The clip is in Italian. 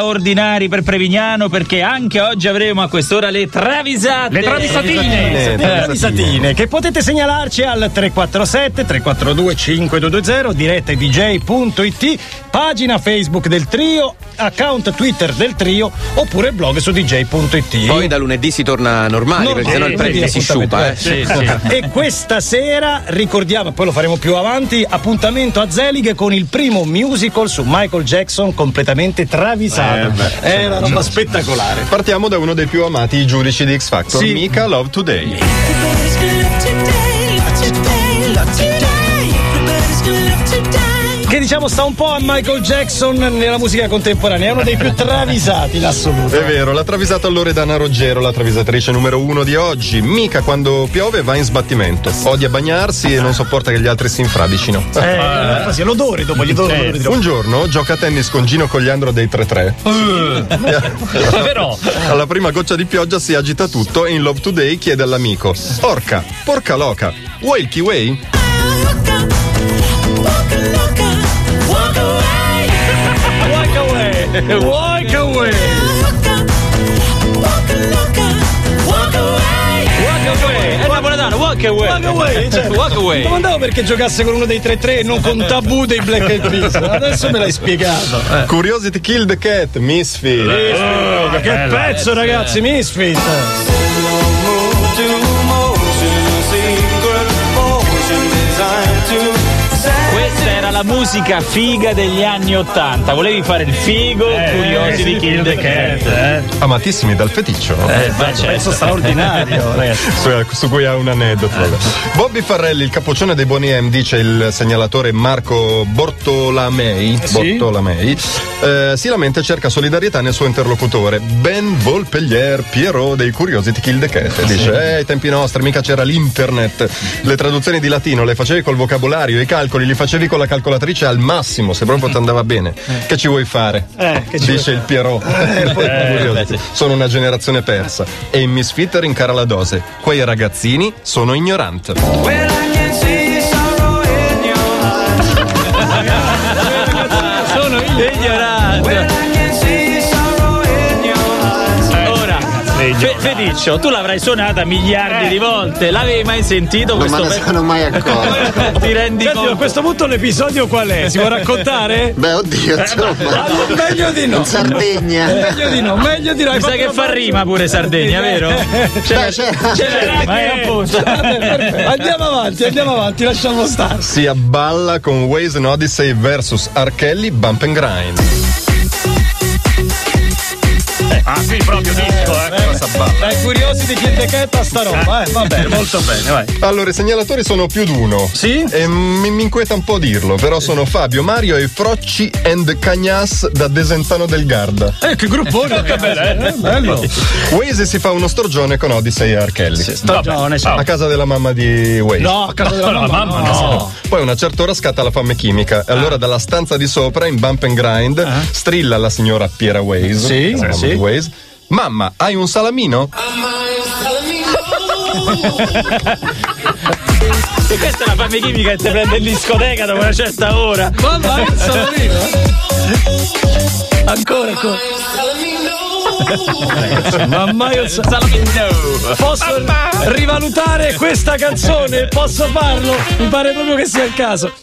straordinari per Prevignano perché anche oggi avremo a quest'ora le travisate Eh, Le travisatine, Travisatine, le travisatine, eh, che potete segnalarci al 347 342 5220 diretta dj.it pagina Facebook del trio account Twitter del trio oppure blog su dj.it Poi da lunedì si torna normali, Normale, perché sennò il lunedì prezzo si appuntamento, sciupa. Eh. eh. Sì, sì. e questa sera ricordiamo, poi lo faremo più avanti, appuntamento a Zelig con il primo musical su Michael Jackson completamente Eh, travisato. È una roba spettacolare. Partiamo da uno dei più amati giudici di X Factor, Sì. Mika Love Today. Everybody's gonna love today, love today, love today. Everybody's gonna love today. Che diciamo sta un po' a Michael Jackson nella musica contemporanea, è uno dei più travisati in assoluto. È vero, l'ha travisata Loredana Roggero, la travisatrice numero uno di oggi. Mika quando piove va in sbattimento. Odia bagnarsi e non sopporta che gli altri si infradicino. Eh, eh, sì, l'odore dopo gli odori. l'odore di- Un giorno gioca a tennis con Gino Cogliandro dei 3-3. Però, Alla prima goccia di pioggia si agita tutto e in Love Today chiede all'amico: Orca, porca loca, vuoi il kiwi? I'll hook up, walk a looker, walk away. Walk away, walk away, I'll walk away è hook up, walk a looker, walk away. napoletano walk away walk away. Cioè, Walk away. Domandavo perché giocasse con uno dei 3-3 e non con Tabù dei Black Eyed Peas. Adesso me l'hai spiegato. Curiosity Kill the Cat, Misfit. Eh. che pezzo, ragazzi, Misfit. questa era la musica figa degli anni 80 volevi fare il figo curiosi di Kill the Cat eh. Amatissimi dal feticcio. Eh, ma certo. Pezzo straordinario, ragazzi. su, su cui ha un aneddoto. vabbè. Eh. Bobby Farrelli, il capoccione dei Boni M, dice il segnalatore Marco Bortolamei, Bortolamei, eh, si lamenta e cerca solidarietà nel suo interlocutore, Ben Volpeglier, Piero dei Curiosity Kill the Cat. Dice, eh, ai tempi nostri mica c'era l'internet, le traduzioni di latino le facevi col vocabolario, i calcoli li facevi con la calcolatrice al massimo, se proprio ti andava bene. Che ci vuoi fare? Eh, che ci vuoi dice il Piero. sono una generazione persa. E in Misfit rincara la dose. Quei ragazzini sono ignoranti. sono ignorato Eh, ora Fe- Fediccio tu l'avrai suonata miliardi di volte l'avevi mai sentito Non me questo ne pezzo sono mai accorto. ti rendi Senti, a conto questo punto l'episodio qual è? Si può raccontare? Beh, oddio, insomma. Meglio di no. In Sardegna. Meglio di no, meglio di no. mi sa che fa rima pure Sardegna vero? Beh, c'era- Eh, ma è appunto Andiamo avanti, andiamo avanti, lasciamo stare. Si abballa con Waze and Odyssey vs Archelli Bump and Grind. Ah sì, proprio disco, eh. Dai, curiosi di chi è decetta sta roba, eh? Va bene, molto bene, vai. Allora, i segnalatori sono più di uno. Sì? E mi, mi inquieta un po' dirlo, però sono Fabio, Mario e Frocci and Cagnas da Desentano del Garda. Eh, che gruppone, che bello. Eh, bello. Waze si fa uno storgione con Odyssey e Archelli. Stagione, sì. A casa della mamma di Waze. No, a casa della No, la mamma. mamma no. Poi a una certa ora scatta la fame chimica e allora dalla stanza di sopra in bump and grind strilla la signora Piera Waze. Eh. Sì, la mamma sì. di Waze, Mamma, hai un salamino? E questa è la fame chimica che ti prende in discoteca dopo una certa ora. Mamma, il salamino. Ancora, ancora. Mamma, io sa- Posso rivalutare questa canzone? Posso farlo? Mi pare proprio che sia il caso.